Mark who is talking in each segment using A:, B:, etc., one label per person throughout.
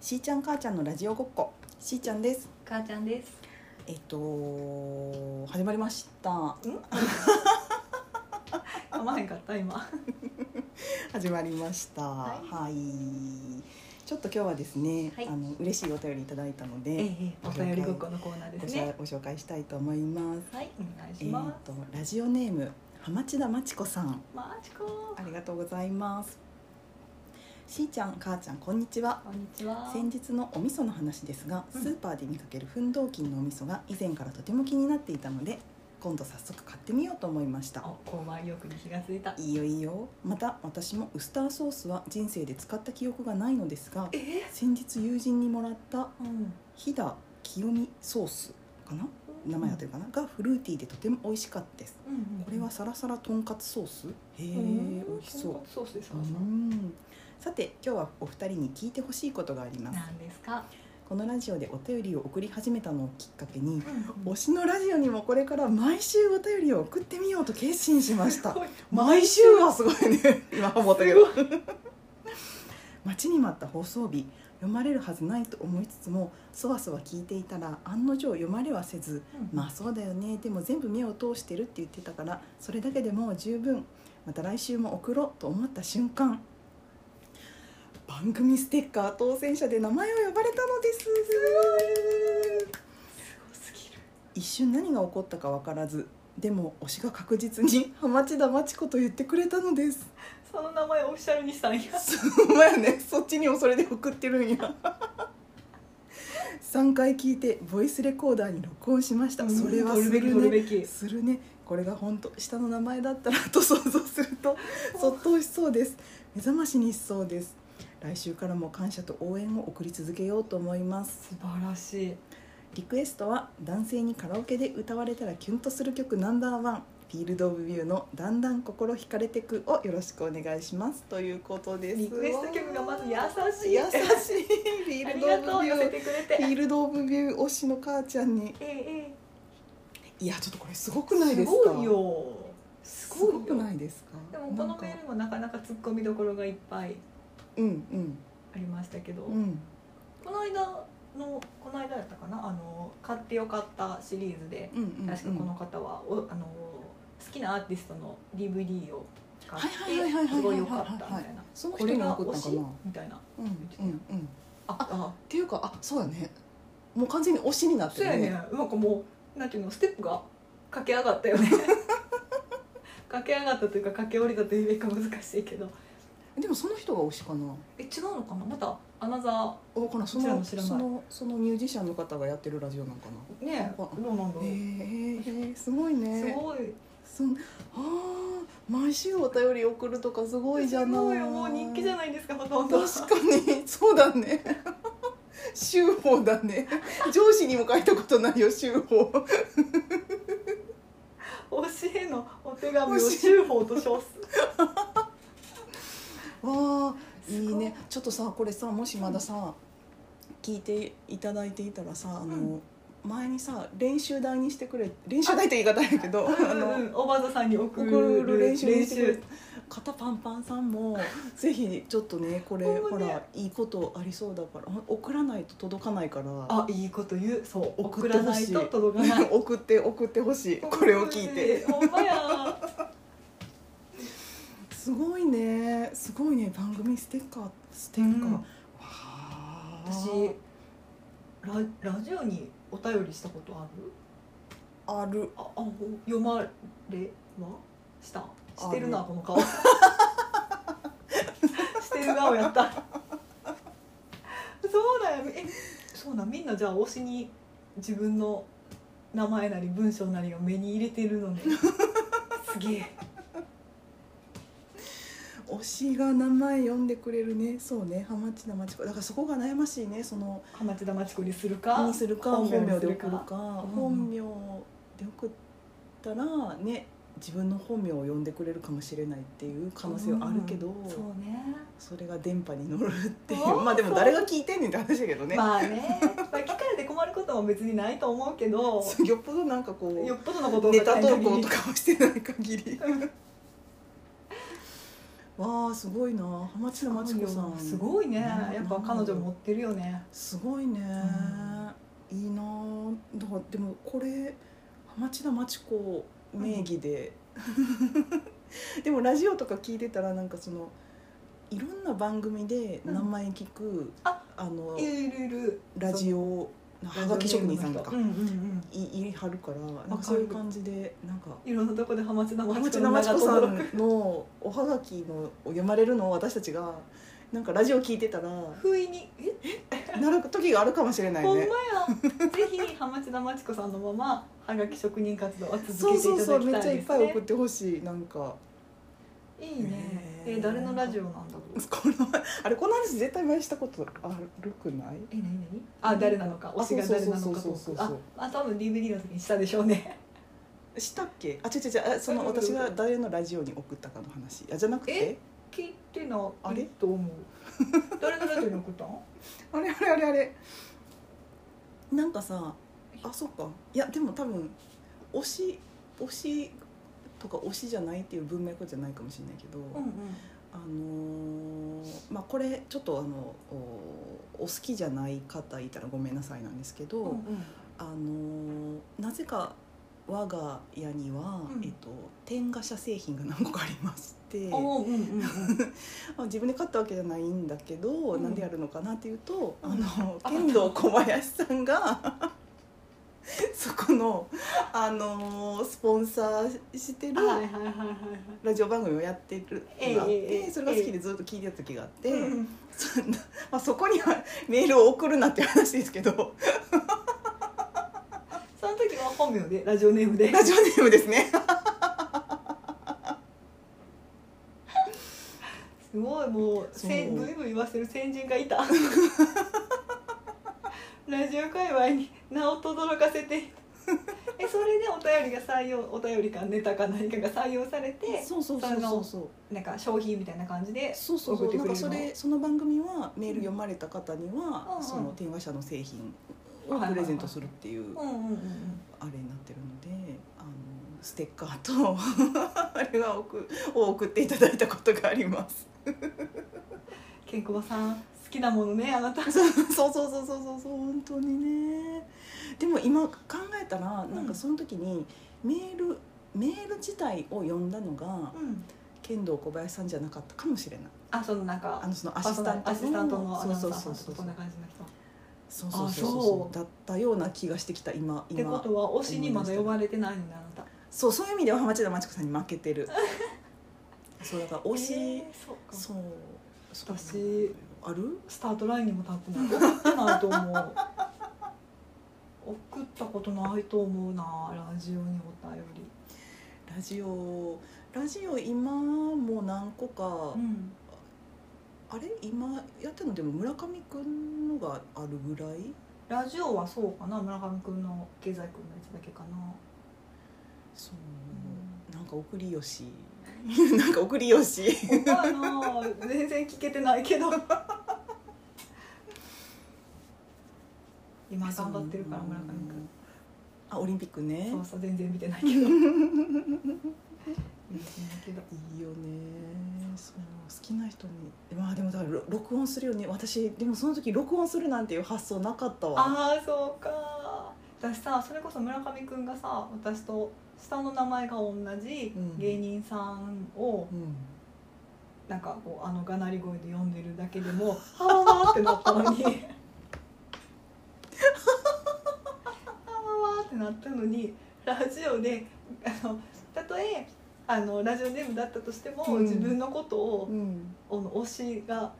A: しーちゃん母ちゃんのラジオごっこしーちゃんです
B: 母ちゃんです。
A: えっと始まりました
B: 噛まへんかった今。
A: 始まりましたは、
B: はい
A: ちょっと今日はですね、
B: はい
A: あの嬉しいお便りいただいたので、
B: ええ、お便りごっこのコーナーですね。
A: ご紹ご紹介したいと思います
B: はい、お願いし
A: えっ
B: ま
A: とラジオネーム浜地田真知子さん
B: す。マチコ
A: あ。りがとうございますしーちゃん母ちゃんこんにちは
B: こんにちは。
A: 先日のお味噌の話ですが、
B: うん
A: スーパーで見かける奮闘金のお味噌が以前からとても気になっていたので今度早速買ってみようと思いました
B: お、購買意欲に火がついた。
A: いいよいいよまた私もウスターソースは人生で使った記憶がないのですが
B: え
A: 先日友人にもらった
B: うん。
A: 飛騨清美ソースかな名前合ってるかな、がフルーティーでとても美味しかったです
B: うんうん。
A: これはサラサラとんかつソースへえ美
B: うん。
A: 味しそう
B: ソースです。
A: うんさて今日はお二人に聞いてほしいことがあります
B: なんですか。
A: このラジオでお便りを送り始めたのをきっかけに推
B: し
A: しのラジオにもこれから毎週お便りを送ってみようと決心しました毎
B: 毎
A: 週
B: 週
A: はすごい ね今思ったけど待ちに待った放送日読まれるはずないと思いつつもそわそわ聞いていたら案の定読まれはせずまあそうだよねでも全部目を通してるって言ってたからそれだけでもう十分また来週も送ろうと思った瞬間番組ステッカー当選者で名前を呼ばれたのです
B: すごすぎる。
A: 一瞬何が起こったか分からずでも推しが確実に「浜地田真知子」と言ってくれたのです
B: その名前オフィシャルにしたんや。
A: そうまやねそっちにもそれで送ってるんや3回聞いてボイスレコーダーに録音しました、それは
B: 取
A: す
B: るべき
A: る
B: 取
A: ね
B: るべき。
A: するねこれが本当下の名前だったらと想像する とそっとしそうです目覚ましにしそうです来週からも感謝と応援を送り続けようと思います
B: 素晴らしい。
A: リクエストは男性にカラオケで歌われたらキュンとする曲ナンバーワンフィールド・オブ・ビューの「だんだん心惹かれてく」をよろしくお願いしますということです
B: リクエスト曲がまず優しい。
A: 優しいフィ
B: あ
A: ール
B: り
A: ド・
B: が
A: オ
B: と
A: ブ・
B: う
A: ビ
B: 寄せ
A: ュー
B: てくれ
A: フィ
B: て。
A: ールド・オブ・ビュー推しの母ちゃんに
B: ええ。
A: いやちょっとこれすごくないですか
B: すごいよす
A: す
B: ごいよ
A: ごくないですか
B: でもこ
A: な
B: の
A: んか
B: メールもなかなかツッコミどころがいっぱい
A: うん
B: ありましたけど、
A: うんうん
B: この間のこの間やったかなあの買ってよかったシリーズで、
A: うんうん
B: 確かこの方はおあの好きなアーティストの DVD を買
A: はいはいはいはいはいはい
B: ってすごい良かったみたいな
A: その
B: こ
A: 人
B: れ
A: に
B: が
A: 送ったん
B: 推
A: か
B: し
A: な
B: みたいな
A: うんうんうんっ
B: ああ
A: ていうかあそうだねもう完全に推しになって
B: そう
A: る
B: やね
A: ね
B: なんかもうなんていうのステップが駆け上がったよね 駆け上がったというか駆け下りたというべきか難しいけど
A: でもその人が推しかな
B: え違うのかなまたアナザ
A: わからんそ
B: 知ら
A: の
B: ない知らない
A: そのそのミュージシャンの方がやってるラジオなんかな
B: ーねえ
A: あ
B: どうなんだろう、
A: へえすごい
B: す
A: ね
B: ごい
A: すごいあー毎週お便り送るとかすごいじゃない
B: すごよもう人気じゃないですかほとんど
A: 確かにそうだね週報だね上司にも書いたことないよ週報
B: 推しへのお手紙を
A: 推し
B: 修法と称す
A: わあい
B: すごい
A: いねちょっとさこれさもしまださ、聞いていただいていたらさあの、
B: うん
A: 前にさ練習台にしてくれ練習台って言い方やけどあの、
B: うんおばずさんに送
A: 送
B: る
A: る練習に
B: 練
A: してくれ
B: 習
A: 肩パンパンさんもぜひちょっとねこれ
B: ほん
A: ほ
B: まね
A: らいいことありそうだからほん送らないと届かないから
B: あいいこと言うそう
A: 送
B: 送
A: って
B: ら
A: ほ
B: な
A: し
B: い
A: い
B: と届かな い
A: 送って送ってほしいこれを聞いて
B: ほんま や
A: すごいねすごいね番組ステッカーステッカー、わあ
B: 私ララジオにお便りしたことある
A: ある
B: ああ読まれはしたしてるな
A: あ
B: この顔 してる顔やったそうだよえそうだみんなじゃあ推しに自分の名前なり文章なりを目に入れてるの ねすげえ
A: 推しが名前呼んでくれるねそうね浜地田町子だからそこが悩ましいねその
B: 浜地田町子にするか
A: にするか本
B: 本
A: 名
B: 名に
A: です送
B: る
A: る
B: か
A: か
B: うん
A: 本名で送ったらね自分の本名を呼んでくれるかもしれないっていう可能性はあるけど、
B: うんそうね
A: それが電波に乗るっていう
B: おー
A: まあでも誰が聞いてんねんって話だけどね、
B: まあね、まあ、聞かれて困ることも別にないと思うけ ど
A: そうよっぽどなんかこ
B: よ
A: う
B: っぽどのこと
A: ネタ投
B: 限
A: 稿
B: り
A: とかをしてない限り
B: うん
A: わあすごいな浜地のまちこさん
B: すごいね
A: ね
B: やっぱ彼女持ってるよね
A: すごいね、いいなあだからでもこれ浜地田真知子名義で、でもラジオとか聞いてたらなんかそのいろんな番組で名前聞く、
B: あ
A: あの
B: いるいるいる
A: ラジオはがき職人さんとか
B: うんうんうん
A: いいはるからなん
B: わか
A: か
B: る
A: そういう感じでなんか
B: いろんなとこでハマチの
A: 浜
B: 町
A: 地田
B: 子の
A: 真
B: 名
A: 知
B: が
A: 子さ
B: 轟く
A: んのおはがきのを読まれるのを私たちがなんかラジオ聞いてたら
B: 不意にえ
A: なる時があるかもしれない
B: ほんま
A: ね
B: や。ぜひ浜町田真知子さんのままはがき職人活動は続
A: そう
B: けて
A: そう
B: い
A: そ
B: ただ
A: う
B: き
A: め
B: た
A: っ
B: い
A: ちゃい
B: で
A: っ
B: す
A: ぱい
B: ね
A: 送。ってほしいなんか
B: いいね
A: ね。
B: え誰のラジオなんだろう。
A: このあれこの話絶対前したことあるくない
B: え何何？あ誰なのか、推しが誰なのか
A: そう
B: と
A: そうそうそう。そう
B: ああ多分 DVD の時にしたでしょうね。
A: したっけあ違う違う違うあその
B: うんうんうん
A: 私が誰のラジオに送ったかの話あじゃなくて
B: え聞いてな
A: あ
B: い
A: れ
B: と思う。誰のラジオに送ったん？
A: あれあれあれあれなんかさあそっかいやでも多分推し推しとか推しじゃないっていう文脈じゃないかもしれないけど、
B: うんうん。
A: あのーまあこれちょっとあのおお好きじゃない方いたらごめんなさいなんですけど、
B: うんうん。
A: あのーなぜか我が家には、
B: うん
A: えっと、天下社製品が何個かありまして、
B: おうんうんうんうん。
A: まあ、自分で買ったわけじゃないんだけど、
B: うん
A: なんでやるのかなっていうと、
B: うん
A: あの
B: あ
A: 剣道小林さんが そこの、あのースポンサーしてる
B: はいはいはいはいはい。
A: ラジオ番組をやってるのがあって、
B: ええええ
A: それが好きでずっと聞いてた時があって、
B: うんうん
A: そんな まあ、そこにはメールを送るなっていう話ですけど。
B: その時は本名でラジオネームで。
A: ラジオネームですね。
B: すごいもうせん
A: そう
B: ブイブイ言わせる先人が いたラジオ界隈に名を轟かせてえそれでお便りが採用お便りかネタか何かが採用されて
A: そうそうそうそうそう。
B: なんか商品みたいな感じで
A: そうそうそう
B: 送って
A: な
B: く
A: んか
B: れるの
A: それその番組はメール読まれた方に
B: うんう
A: は、
B: ん
A: その電話社の製品
B: は
A: を
B: いはいはい
A: プレゼントするっていう
B: うんうんうんうん
A: あれになってるのであのステッカーと あれが送を送っていただいたことがあります。
B: ケンコバさん好きなものねあなた
A: そうそうそうそうそうそう本当にね。でも今考えたらなんかその時にメールメール自体を読んだのが
B: うん
A: 剣道小林さんじゃなかったかもしれない。
B: あそのなんか
A: あのその
B: パ
A: ア
B: ーソ
A: シス
B: ナ
A: タ
B: ル
A: ント
B: アシスタントのアナウンサ
A: そう
B: ー
A: そ
B: さ
A: うんそうそ
B: とかこ
A: うん
B: な感じの人
A: そうそうそう
B: あ
A: そ
B: そう
A: うだったような気がしてきた今
B: ってこ
A: 今
B: とは推しにまだ呼ばれてないのねあなた
A: そうそういう意味では町田真知子さんに負けて るそうだから推し、
B: えーそうか
A: そうそう
B: 私
A: ある
B: スタートラインにも立ってない送ってないと 思う送ったことないと思うなラジオにお便り
A: ラジオラジオ今も何個か、
B: うん
A: あれ今やってるのでも村上くんのがあるぐらい
B: ラジオはそうかな村上くんの経済くんのやつだけかな、
A: そう
B: う
A: なんか送りよし なんか送りよし
B: ん、他の全然聞けてないけど今 頑張ってるから村上くん
A: あオリンピックね
B: そうそう全然見てないけど 見てないけど
A: いいよねそう好きな人にまあでもだからろ録音するよね私でもその時録音するなんていう発想なかったわ
B: ああそうか私さそれこそ村上くんがさ私と下の名前が同じ
A: うん
B: 芸人さんを
A: うん
B: なんかこうあのがなり声で呼んでるだけで も「はわわ」ってなったのに「はわわ」ってなったのにラジオであのたとえあのラジオネームだったとしても、
A: うん
B: 自分のことを
A: うん
B: あの推しが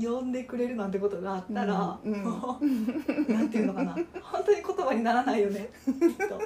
B: 呼んでくれるなんてことがあったら、
A: うんうん
B: もうなんていうのかな本当に言葉にならないよねきっ と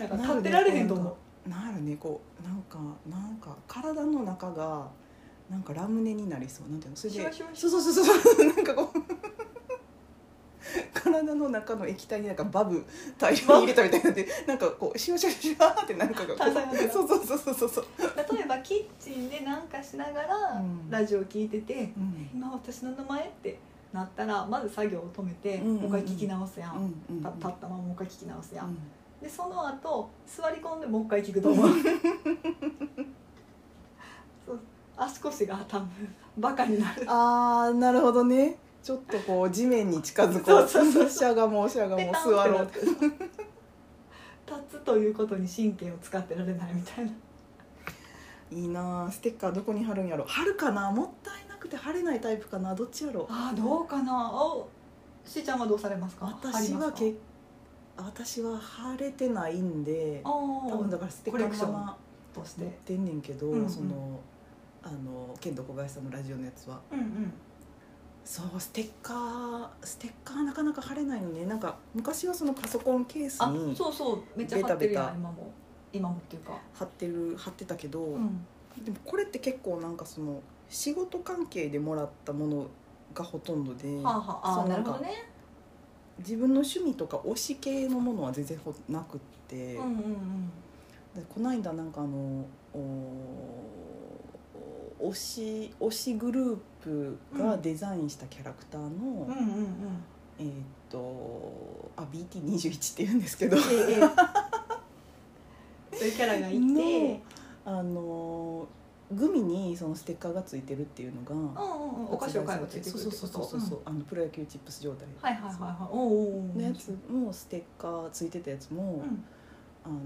B: なんか立ってられへんと思う
A: なるねこうなんかなんか体の中がなんかラムネになりそうなんていうのそれ
B: シュ
A: で
B: ワシュワ
A: そ
B: シ
A: う
B: ュワ
A: そうそうそうなんかこう 体の中の液体になんかバブ大量に入れたみたいになってなんかこうシュワシュワシュワってなんかがこ
B: 炭酸が出
A: う
B: た
A: そうそうそうそうそう、
B: 例えばキッチンでなんかしながら
A: うん
B: ラジオ聞いてて
A: う
B: 「
A: ん
B: 今私の名前?」ってなったらまず作業を止めて、
A: うんうんうん
B: もう一回聞き直すや、
A: うんんうん
B: た立ったままもう一回聞き直すやん、
A: うん
B: でその後座り込んでもう一回聞くと思う そう足腰が多分バカになる
A: あーなるほどねちょっとこう地面に近づこう
B: そうそうそう
A: しゃがもうしゃがもう
B: ペタンって
A: 座ろ
B: な
A: う
B: っ
A: って
B: て立つということに神経を使ってられないみたいない
A: いなあステッカーどこに貼るんやろ貼るかなもったいなくて貼れないタイプかなどっちやろ
B: あーどうかなおしーちゃんはどうされますか
A: 私は
B: 結
A: け私は貼れてないんで多分
B: 構
A: だからステッカーのまま
B: として
A: 持ってんねんけど、
B: うんうん
A: そのあの剣道小林さんのラジオのやつは
B: うんうん
A: そうステッカーステッカーなかなか貼れないのねなんか昔はそのパソコンケース
B: あ
A: に
B: そうそうめっちゃ貼ってるや
A: ベタベ
B: ん今も今もっていうか
A: 貼ってる貼ってたけど、
B: うん
A: でもこれって結構なんかその仕事関係でもらったものがほとんどで、
B: はあはああ
A: そ
B: ー
A: う
B: な
A: な
B: る
A: んか
B: ほどね
A: 自分の趣味とか推し系のものは全然ほなくって、
B: うんうんうん
A: でこないだなんかあのお推し推しグループがデザインしたキャラクターの、
B: うんうんうん
A: えーっとあ BT21 って言うんです けど
B: ええそういうキャラがいて、
A: のあのグミにそのステッカーがついてるっていうの
B: う
A: が、
B: んうんうん、お菓子を買えばついてくるっ
A: そ
B: て
A: う
B: こ
A: そ
B: と
A: うそうそうそう、あのプロ野球チップス状態
B: んはいはいはいはいおうおうおう
A: のやつもステッカーついてたやつも、
B: うん、
A: あの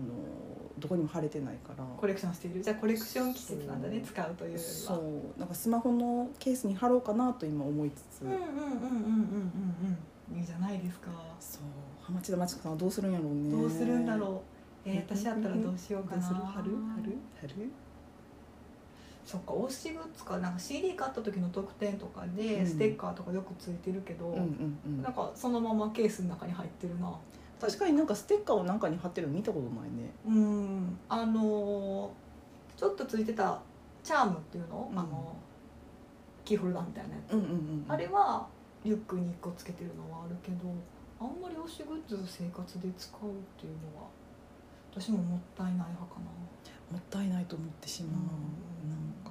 A: どこにも貼れてないから
B: コレクションしているじゃあコレクション季節なんだね使うというよりは
A: そうなんかスマホのケースに貼ろうかなと今思いつつ、
B: うんうんうんうんうんうんうんいいじゃないですか、
A: そう浜地田真知子さんはどうするんやろうね
B: どうするんだ
A: う
B: ろうえー、私だったらどうしようか
A: どう
B: な
A: する貼る貼る貼る
B: そっか推しグッズかなんか CD 買った時の特典とかで、
A: うん
B: ステッカーとかよくついてるけど、
A: うんうんうん
B: なんかそのままケースの中に入ってるな
A: 確かになんかステッカーをなんかに貼ってるの見たことないね
B: うんあのーちょっとついてたチャームっていうの、
A: うん
B: あのキーホルダーみたいなやつ、
A: うんうんうん
B: あれはリュックに1個つけてるのはあるけどあんまり推しグッズ生活で使うっていうのは私ももったいない派かな
A: もったいないと思ってしまう、
B: うん
A: なんか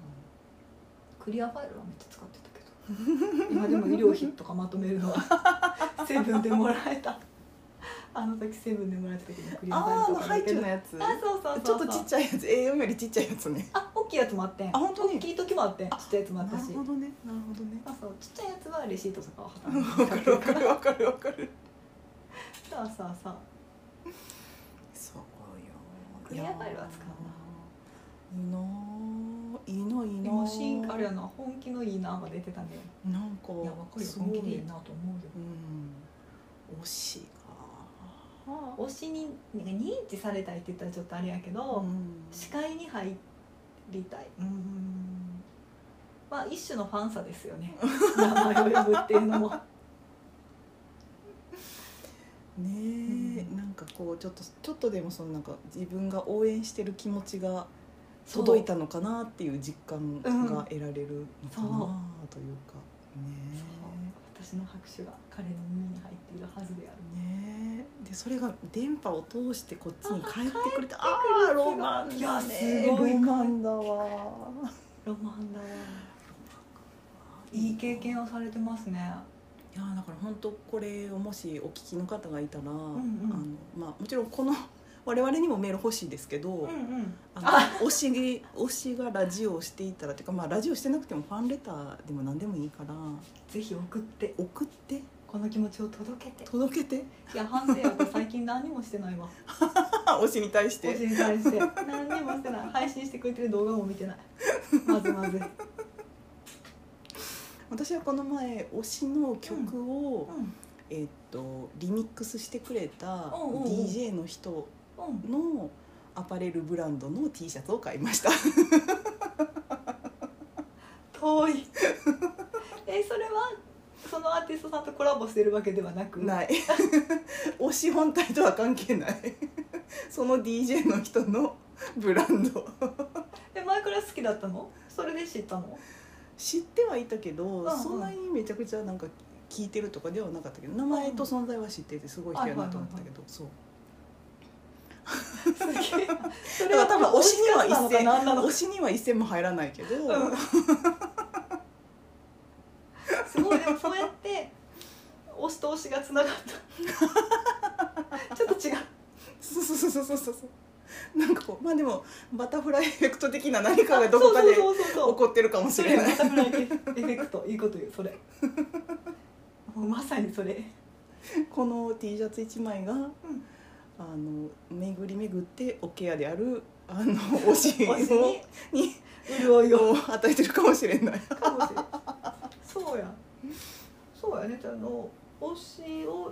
B: クリアファイルはめっちゃ使ってたけど 今でも医療費とかまとめるのは セブンでもらえたあの時セブンでもらえた時のクリアファイ
A: あーあ
B: ル
A: の
B: とかだ
A: ハイ
B: け
A: チュ
B: ど
A: ウのやつ
B: あそうそうそうそう
A: ちょっとちっちゃいやつ A4 よりちっちゃいやつね
B: あ大きいやつもあってん
A: あ本当に
B: 大きい時もあってんちっちゃいやつもあ
A: な
B: った
A: る
B: し
A: ほどねなるほどね
B: あそうちっちゃいやつはレシートとかを挟
A: わ
B: ん
A: かるわかるわかるわかる
B: そうそうそう
A: そうよ
B: クリアファイルは使
A: うないいないいないい
B: 今
A: な
B: 新あれやな本気のいいなが出てたね
A: なんか
B: いやわかるよ本気でいいなと思うよ
A: うん推し
B: あ推しになんか認知されたいって言ったらちょっとあれやけ
A: が
B: ど、
A: うん
B: 視界に入りたいうんまあ一種のファンサですよね名前を呼ぶっていうの も
A: ねえ、
B: うん
A: なんかこうちょっとちょっとでもそのなんか自分が応援してる気持ちが届いたのかなっていう実感が得られるのかなというか、
B: そう私の拍手が彼の耳に入っているはずである
A: ねねえでそれが電波を通してこっちに帰ってくれたあ
B: る
A: あーロマン
B: いや
A: だね
B: すごい
A: ロマンだわ
B: ロマンだわいい経
A: い
B: 験をされてますね
A: やだから本当これをもしお聞きの方がいたら、あの
B: ん
A: まあもちろんこの 我々にもメール欲しいですけど、
B: うんうん
A: あの推しげ推しがラジオをしていたらていうかまあラジオしてなくてもファンレターでも何でもいいから
B: ぜひ送って
A: 送って
B: この気持ちを届けて
A: 届け て
B: いや反省やった最近何もしてないわ
A: 推しに対し
B: お知
A: て
B: り返して何にもしてない配信してくれてる動画も見てないまずまず
A: 私はこの前推しの曲を、
B: うん
A: えーっとリミックスしてくれた
B: うんうんうん
A: DJ の人
B: うん
A: のアパレルブランドの T シャツを買いました
B: 遠いえそれはそのアーティストさんとコラボしてるわけではなく
A: ない推し本体とは関係ない その DJ の人のブランド
B: え前から好きだったのそれで知ったの
A: 知ってはいたけど、
B: うん
A: そんなにめちゃくちゃなんか聞いてるとかではなかったけど名前と存在は知っててすごい人やなと思ったけど、そう
B: すげえそ
A: だから多分推しには一
B: 推し活
A: 銭
B: なのか何なのか
A: 推しには一銭も入らないけど、
B: うんすごいでもそうやって推しと推し がつながったちょっと違う
A: そうそうそうそうそうそうなんかこうまあでもバタフライエフェクト的な何かがどこかで起
B: そうそうそうそう
A: こってるかもし
B: そ
A: れ
B: れ
A: な
B: バ
A: い
B: タフライエフェクトいいこと言うそれもうまさにそれ
A: この T シャツ1枚が、あの巡り巡っておケアであるあのお尻
B: 推し
A: をに
B: 潤いを
A: を与えてるかもしれない。
B: かもしれないそうやそうやねあの推しを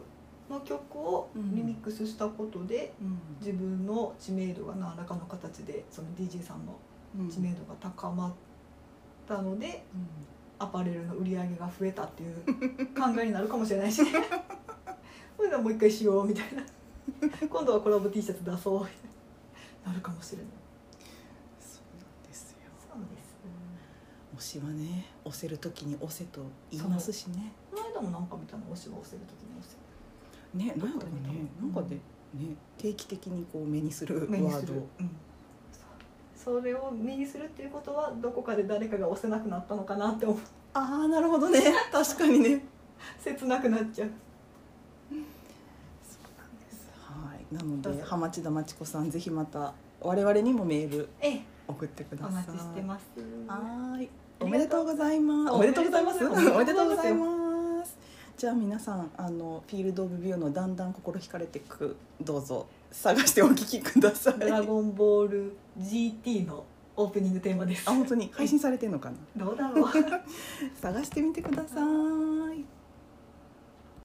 B: の曲をリミックスしたことで、自分の知名度が何らかの形でその DJ さんの
A: うん
B: 知名度が高まったのでアパレルの売り上げが増えたっていう考えになるかもしれないし ねそれでもう一回しようみたいな今度はコラボ T シャツ出そうみたいななるかもしれない
A: そうなんですよ
B: そうです
A: 推しはね押せる時に押せと言いますしね
B: この間もなんか見たの推しは押せる時に押せる
A: ねなんや
B: ど
A: ろ
B: こ
A: う
B: で
A: ね
B: ね
A: なんかで、ね定期的にこう目にするワ
B: 目に
A: ー
B: す
A: ド
B: るうんそれを目にするっていうことはどこかで誰かが押せなくなったのかなって思う
A: ああなるほどね 確かにね
B: 切なくなっちゃう
A: はいなの
B: どう
A: で
B: ぞ
A: 浜地田真知子さんぜひまた我々にもメール
B: ええ
A: 送ってくだ
B: お
A: さい
B: 待ちしてます
A: はーい
B: あ
A: お
B: り
A: め
B: が
A: でとう
B: とう
A: ございます
B: あ
A: おめでとうございます
B: お
A: お
B: め
A: め
B: で
A: で
B: と
A: と
B: う
A: うご
B: ござ
A: ざ
B: い
A: い
B: ま
A: ますじゃあ皆さんあのフィールド・オブ・ビューのだんだん心惹かれてくどうぞ探してお聞きください
B: ドラゴンボール GT のオープニングテーマで す
A: あ本当に配信されてんのかな
B: どうだろう
A: 探してみてください